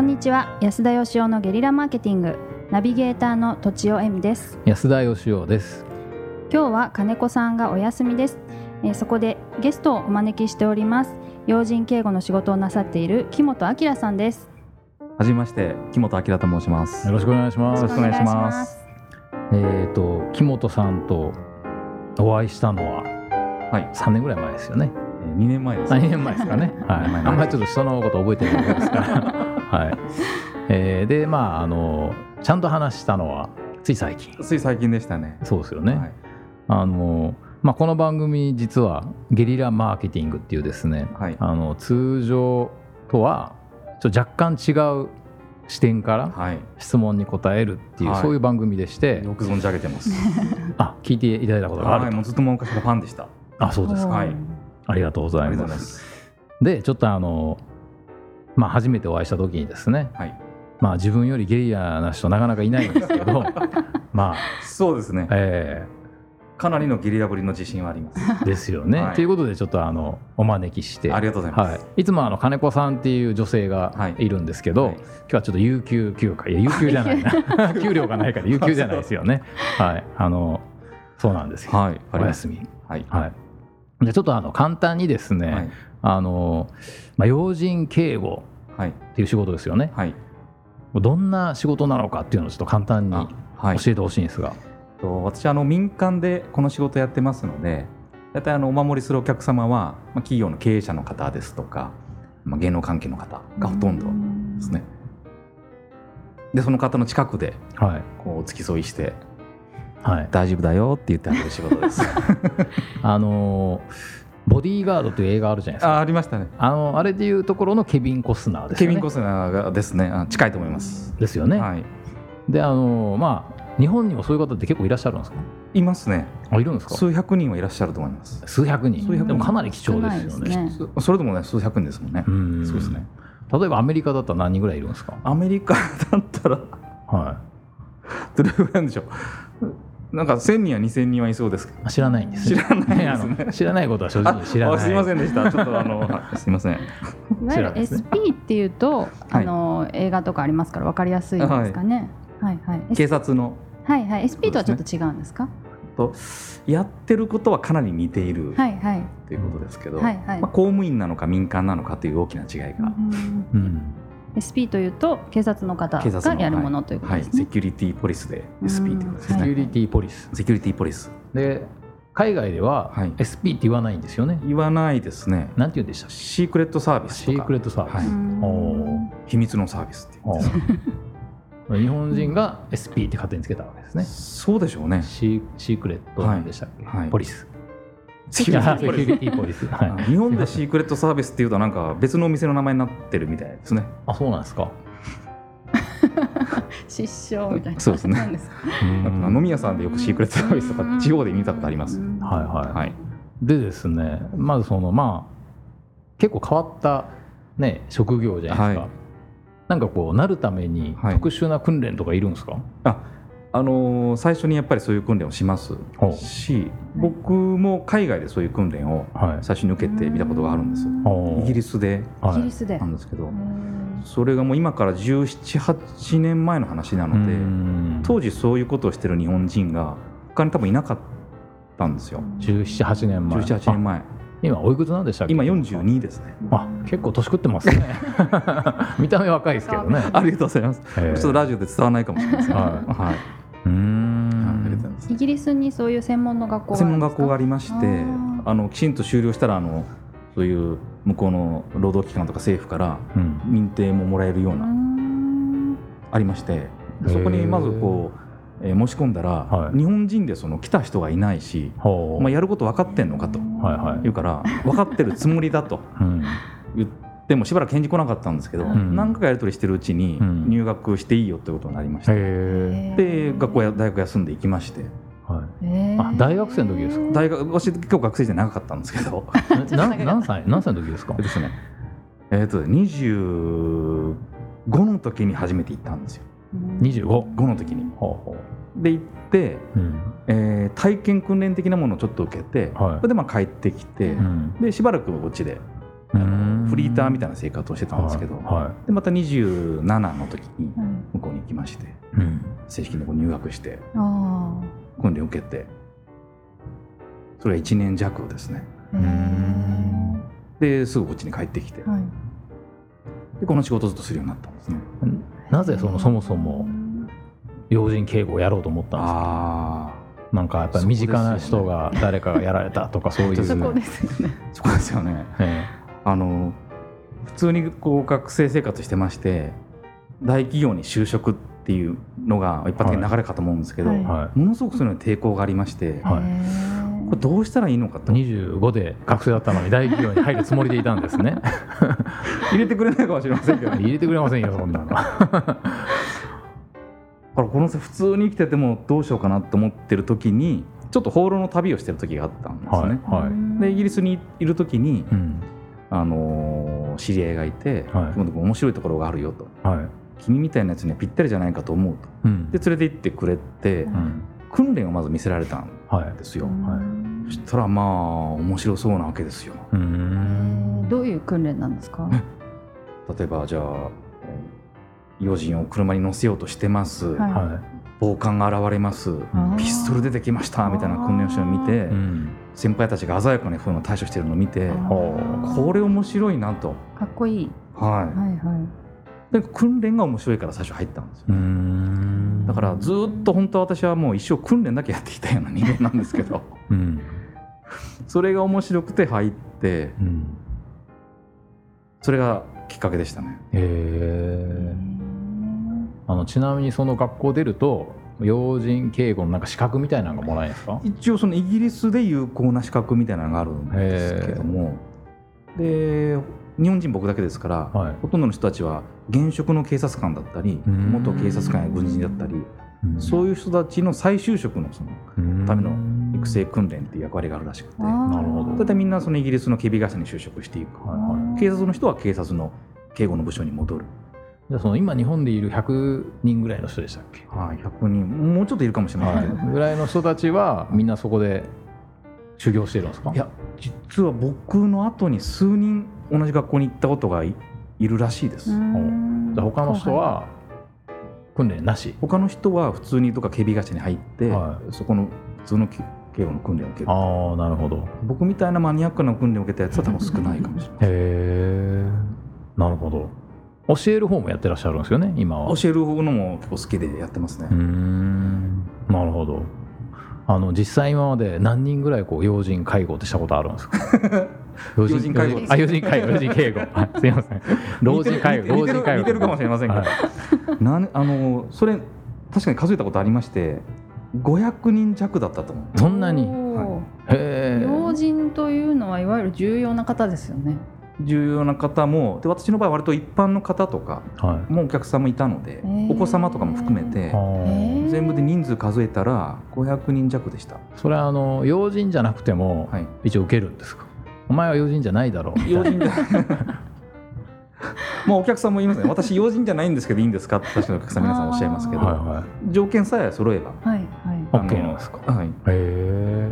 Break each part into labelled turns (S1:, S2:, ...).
S1: んにちは安田義雄のゲリラマーケティングナビゲーターのとちおえみです
S2: 安田義雄です
S1: 今日は金子さんがお休みです、えーそこでゲストをお招きしております要人警護の仕事をなさっている木本明さんです
S3: はじめまして、木本明と申します。
S2: よろしくお願いしま
S3: よろ
S2: す
S3: しくお願いします
S2: えっ、と木本さんとお会いしたのは
S3: はい、
S2: 3年ぐらい前ですよね
S3: えー二年前です。
S2: 3年前ですかね はい
S3: 前
S2: あんまりちょっと人のこと覚えてないです からはい、えーでまああのちゃんと話したのはつい最近
S3: つい最近でしたね。
S2: そうですよね、
S3: はい
S2: あのまあ、この番組実はゲリラマーケティングっていうですね
S3: はい。
S2: あの通常とはちょっと若干違う視点から
S3: はい。
S2: 質問に答えるっていう、
S3: はい
S2: そういう番組でして
S3: よく存じ上げてます。
S2: あ聞いていただいた ことがある
S3: はい、
S2: と、
S3: もうずっと昔のファンでした。
S2: あそうですか
S3: はい
S2: ありがとうござ
S3: あ
S2: い
S3: りがとうご
S2: ま
S3: ざい
S2: す
S3: ます。
S2: でちょっとあのまあ初めてお会いした時にですね
S3: はい。
S2: まあ自分よりゲリラな人なかなかいないんですけ どまあ
S3: そうですね。
S2: え
S3: かなりのゲリラぶりの自信はあります。
S2: ーですよね、
S3: はい
S2: ということでちょっとあのお招きして
S3: ありがとうございま
S2: は
S3: す。
S2: い、いつもあの金子さんっていう女性
S3: は
S2: が
S3: い
S2: いるんですけど、
S3: はい
S2: 今日はちょっと有給休暇いや有給じゃない な給料がないから有給じゃないですよねはいあのそうなんですよ、
S3: はい。あり
S2: お
S3: ます。
S2: 休み
S3: はい。
S2: はいでちょっとあの簡単にですね、
S3: はい。
S2: あの、まあ、要人警護
S3: はい。
S2: っていう仕事ですよね
S3: はい。
S2: どんな仕事なのかっていうのをちょっと簡単に
S3: あはい。
S2: 教えてほしいんですが、
S3: と私あの民間でこの仕事やってますので大体あのお守りするお客様は、まあ、企業の経営者の方ですとか、まあ、芸能関係の方がほとんどですねでその方の近くで
S2: はい
S3: こう付き添いして
S2: はい
S3: 大丈夫だよって言ってあげる仕事です
S2: あのボディーガードという映画あるじゃないですか
S3: あありましたね
S2: あのあれでいうところのケビン・コスナーです
S3: ケ
S2: よね
S3: ビン・コスナーがですねあ近いと思います、
S2: ですよね、
S3: はい
S2: であのまあ日本にもそういう方って結構いらっしゃるんですか
S3: いますね
S2: あいるんですか
S3: 数百人はいらっしゃると思います
S2: 数百人
S3: 数百人
S2: でもかなり貴重ですよ
S1: 少
S2: ね
S1: ないです
S3: そそれでもね数百人ですもんね
S2: うん
S3: そうですね
S2: 例えばアメリカだったら何人ぐらいいるんですか
S3: アメリカだったら
S2: は
S3: どれぐらいなんでしょうなんか1000人や2000人はいそうですけど
S2: い知らないんです
S3: 知
S2: ね
S3: らないで
S2: あ
S3: すね
S2: の知らないことは正直知らない
S3: あすいませんでしたちょっとあのはいすいま せん
S1: いわゆる
S2: 知らないですね
S1: SP っていうと、あの映画とかありますから分かりやすいですかね、はい、はいはい
S3: 警察の
S1: はいはい SP とはちょっと違うんですか
S3: とやってることはかなり似ている
S1: はいはい
S3: ということですけど、
S1: はいはい
S3: まあ、公務員なのか民間なのかという大きな違いが、
S1: うん
S2: うん、
S1: SP というと警察の方
S3: 警察
S1: が
S3: の
S1: やるものということ
S3: は
S1: で
S3: い、
S1: す
S3: セ
S1: ね。
S3: キュリティポリスで SP ということです
S2: セ
S3: ね、
S2: キュリティポリス
S3: セキュリティポリス
S2: で海外では
S3: はい
S2: SP って言わないんですよね、
S3: 言わないですね
S2: なんて言うんでしたっけ
S3: シークレットサービス
S2: シ
S3: と
S2: ークレ
S3: か
S2: ットサービス、
S3: はい
S1: うん
S2: お
S3: 秘密のサービスっていう
S2: あー 日本人が SP って勝手につけたわけですね
S3: そうでしょうね
S2: シーシークレットなんでしたっけ、
S3: はいはい
S2: ポリス
S3: セ
S2: いやセキ
S3: ポリ
S2: ュ
S3: ス
S2: リティポリス、はい、
S3: 日本でシークレットサービスっていうとなんか別のお店の名前になってるみたいですね
S2: あそうなんですか
S1: 失笑みたいな。
S3: そうですね
S1: なんですか
S3: まあ飲み屋さんでよくシークレットサービスとか地方で見たことあります。
S1: うん
S2: はいはい
S3: はい、
S2: でですねまずそのまあ結構変わったね職業じゃないですか、
S3: はい
S2: なんかこうなるために
S3: はい
S2: 特殊な訓練とかいるんですか、
S3: あのー最初にやっぱりそういう訓練をします
S2: ほう
S3: し僕も海外でそういう訓練を
S2: はい
S3: 最初に受けてみたことがあるんですイギリ
S2: ス、
S3: スで
S2: は
S1: イギ
S2: い
S1: リスで
S3: な。んですけど
S1: うん
S3: それがもう今から1718年前の話なの
S2: う
S3: で
S2: ん
S3: 当時そういうことをしてる日本人が他に多分いなかったんですよ
S2: 1718年前
S3: 1718年前
S2: あ今おいくつなんでしたっけ
S3: 今42ですね
S2: あ結構年食ってます ね見た目若いですけどね
S3: ありがとうございますち
S2: え
S3: ょ
S2: ー
S3: っとラジオで伝わらないかもしれません
S2: は
S3: はい、
S2: うー
S3: ありがとうござい
S2: ん
S3: ます
S1: イギリスにそういう専門の学校があ
S3: 専
S1: る
S3: 門
S1: んですか。
S3: 学校がありまして
S1: あー
S3: あのきちんと修了したらあのそういう向こうの労働機関とか政府から
S2: うん
S3: 認定ももらえるような、
S1: うん
S3: ありまして
S2: へー
S3: そこにまずこう、えー申し込んだら、
S2: はい
S3: 日本人でその来た人がいないし、
S2: ほう
S3: まあ、やること分かってんのかと
S2: はいはい
S3: 言うから分かってるつもりだと
S2: うん
S3: 言ってもしばらく返事来なかったんですけど、
S2: うん
S3: 何回かやり取りしてるうちに
S2: うん
S3: 入学していいよってことになりまし
S2: へ
S3: た、
S2: え、
S3: で学校や大学休んで行きまして
S2: は
S1: へー
S2: あ大学生の時ですか
S3: 大学私結構学生時代長かったんですけど。
S2: い、な何歳何歳の時ですか
S3: えっとですね、えっと25の時に初めて行ったんですよ
S1: うん
S2: 25ほ
S3: 5の時に
S2: うほ
S3: で行って、
S2: ううん
S3: えー体験訓練的なものをちょっと受けて、
S2: はい
S3: それでまあ帰ってきて、
S2: うん
S3: でしばらくうちで
S2: うーん
S3: フリーターみたいな生活をしてたんですけど、
S2: は
S3: でまた27の時に
S1: はい
S3: 向こうに行きまして
S2: いうん
S3: 正式にこう入学して
S1: あ
S3: 訓練を受けてそれは1年弱ですね
S1: あへ
S2: うん
S1: ー
S3: ですぐこっちに帰ってきて
S1: はい
S3: でこの仕事をずっとするようになったんですね
S2: なぜそのそもそも要人警護をやろうと思ったんですか
S3: あ
S2: なんかやっぱり身近な人が誰かがやられたとかそうい
S3: そう
S1: そこ
S2: う
S1: ですよね
S3: あそこですよね
S2: え
S3: あの普通にこう学生生活してまして大企業に就職っていうのが一般的な流れかと思うんですけど、
S1: はい
S2: えは
S3: ものすごくそういうのに抵抗がありまして、
S2: はい
S1: へー
S3: これどうしたらいいのか
S2: い
S3: と
S2: 25で学生だったのに大企業に入るつもりでいたんです ね
S3: 入れてくれないかもしれませんけど
S2: 入れてくれませんよそんなの
S3: だからこの普通に生きててもどうしようかなと思ってる時にちょっと放浪の旅をしてる時があったんですね、
S2: はいは
S3: でイギリスにいる時に
S2: い、うん
S3: あのー知り合いがいて、
S2: はい
S3: 今度面白いところがあるよと
S2: はい
S3: 君みたいなやつにはぴったりじゃないかと思うと
S2: うん
S3: で連れて行ってくれて
S2: うん
S3: 訓練をまず見せられたん
S2: はい
S3: ですよ、
S1: うん
S2: はい
S3: そしたらまあ面白そうなわけですよ
S2: うー
S1: へー
S2: ん
S1: どういう訓練なんですか
S3: 例えばじゃあえー要人を車に乗せようとしてます、
S1: はい
S2: は
S3: 暴漢が現れます
S1: あー
S3: ピストル出てきましたみたいな訓練をしてるのを見て
S2: い、うん、
S3: 先輩たちが鮮やかにそういうのを対処してるのを見て
S1: あー
S2: ほ
S3: これ面白いなと、
S1: かっこいい
S3: は
S1: はいはい
S3: い、で訓練が面白いから最初入ったんですよ
S2: うーん
S3: だからずっと本当は私はもう一生訓練だけやってきたような人間なんですけ ど
S2: うん
S3: それが面白くて入って
S2: うん
S3: それがきっかけでしたね
S2: へ
S1: へ
S2: え
S1: ー
S2: あのちなみにその学校出ると要人警護のなんか資格みたいなのがもらえるんですか
S3: 一応そのイギリスで有効な資格みたいなのがあるんですけどもで日本人僕だけですから、
S2: はい
S3: ほとんどの人たちは現職の警察官だったり
S2: うん
S3: 元警察官や軍人だったりそういう人たちの再就職のその
S2: うん
S3: ための育成訓練っていう役割があるらしくて
S1: あー
S2: なるほど
S3: 大体みんなそのイギリスの警備会社に就職していく、
S2: はいはい
S3: 警察の人は警察の警護の部署に戻る、
S2: じゃあその今日本でいる100人ぐらいの人でしたっけ、
S3: はい、100人もうちょっといるかもしれませんけど、
S2: ぐらいの人たちはみんなそこで修行してるんですか
S3: い、や実は僕の後に数人同じ学校に行ったことがいいるらしいです、
S1: うん
S2: じゃあ他の人は訓練なし
S3: 他の人は普通にとか警備会社に入って、
S2: は
S3: そこの普通の警警護の訓練を受ける
S2: ああなるほど
S3: 僕みたいなマニアックな訓練を受けたやつは多分少ないかもしれ ない
S2: へえなるほど教える方もやってらっしゃるんですよね今は
S3: 教える方のも結構好きでやってますね、
S2: うーんなるほどあの実際今まで何人ぐらいこう要人介護ってしたことあるんですか 要
S3: 要人介護
S2: あ要人介護要人 介護あすいません老人介護
S3: 似てる
S2: 老人介護
S3: 似てる似てるかもしれませんけど
S2: はい
S3: なんあのそれ確かに数えたことありまして500人弱だったと思う
S2: そんなに
S1: おー
S2: へえ
S1: 要人というのはいわゆる重要な方ですよね
S3: 重要な方もで私の場合割と一般の方とか
S2: は
S3: もうお客さんもいたので、
S1: ー
S3: お子様とかも含めて
S2: い、あー
S1: へー
S3: 全部で人数数えたら500人弱でした、
S2: それはあの要人じゃなくても
S3: はい、
S2: 一応受けるんですかお前は要人じゃないだろうみたいな
S3: 要人じゃまあお客 さんも言いますね私要人じゃないんですけどいいんですかって確かにお客さん皆さんおっしゃいますけど、
S2: はいはい
S3: 条件さえ揃えば
S1: はいは
S2: オ
S3: あ
S2: ッ
S3: の
S2: ケーなんですかへ
S3: はい、
S2: え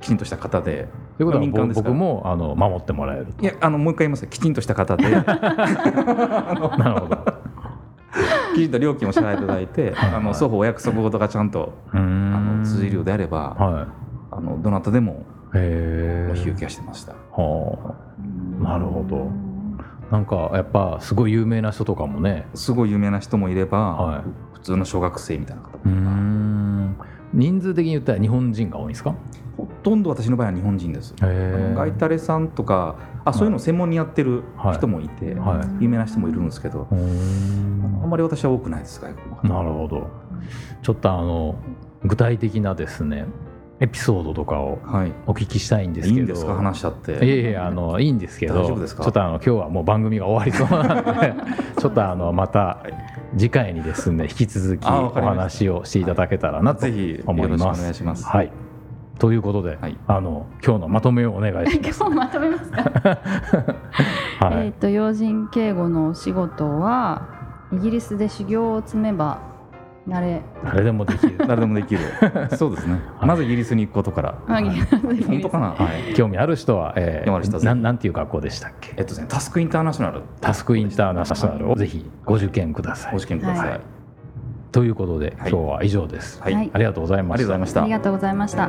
S3: きちんとした方で
S2: ということは
S3: 民間
S2: 僕
S3: ですか
S2: 僕
S3: ら
S2: もあの守ってもらえると
S3: いやあのもう一回言いますよきちんとし た方であの
S2: なるほど
S3: きちんと料金を支払いいただいて
S2: はい
S3: あの双方お約束事がちゃんと
S2: うー
S3: あ
S2: ん
S3: の通じるようであれば
S2: はい
S3: あのどなたでも
S2: へえ
S3: お引き受けはしてました、
S2: はあ
S1: い
S2: なるほどなんかやっぱすごい有名な人とかもね
S3: すごい有名な人もいれば、
S2: は
S3: 普通の小学生みたいな方
S2: いうー
S3: もいれば
S2: ん人数的に言ったら日本人が多いんですか
S3: ほとんど私の場合は日本人です、
S2: へ
S3: ガイ
S2: え
S3: タレさんとかあそういうのを専門にやってる人もいて、
S2: はいはい
S3: 有名な人もいるんですけど、あんまり私は多くないです外国の
S2: な
S3: 方
S2: るほどちょっとあの具体的なですねエピソードとかを
S3: はい
S2: お聞きしたいんです
S3: い
S2: けど
S3: いんですか話しちゃって
S2: いやいやあのいいんですけど
S3: 大丈夫ですか
S2: ちょっとあの今日はもう番組が終わりそう なのでちょっとあのまた次回にですね引き続き
S3: あ
S2: お
S3: わかりました
S2: 話をしていただけたらなと
S3: ぜひよ
S2: 思い
S3: ろしく
S2: ま
S3: お願い
S2: す。
S3: します、
S2: はいということで、
S3: はい
S2: あの今日のまとめをお願 いし
S1: 今
S2: ます。
S1: 日まとめますか
S2: は
S1: えっ
S2: い、
S1: と要人警護のお仕事はイギリスで修行を積めば慣れ。
S2: 誰でもでき る
S3: 誰でも できるそうですね、
S2: い
S3: まずイギリスに行くことから、
S1: あ
S3: はい
S1: イギリスに行く
S3: 本当かな、はい
S2: 興味ある人は、え
S3: 興味ある人
S2: ー、
S3: はぜひ
S2: なんなんていう学校でしたっけ
S3: えっとですね、タスクインターナショナル
S2: タスクインターナショナルをぜひご受験ください
S3: お試験ください、
S1: はい
S2: ということで、
S3: はい
S2: 今日は以上です、
S3: はい
S1: はい
S2: ありがとうござい
S3: あ
S2: ま
S3: りがとうご
S2: し
S3: ざ
S2: た
S3: いまし
S1: あ
S3: た
S1: りがとうございました。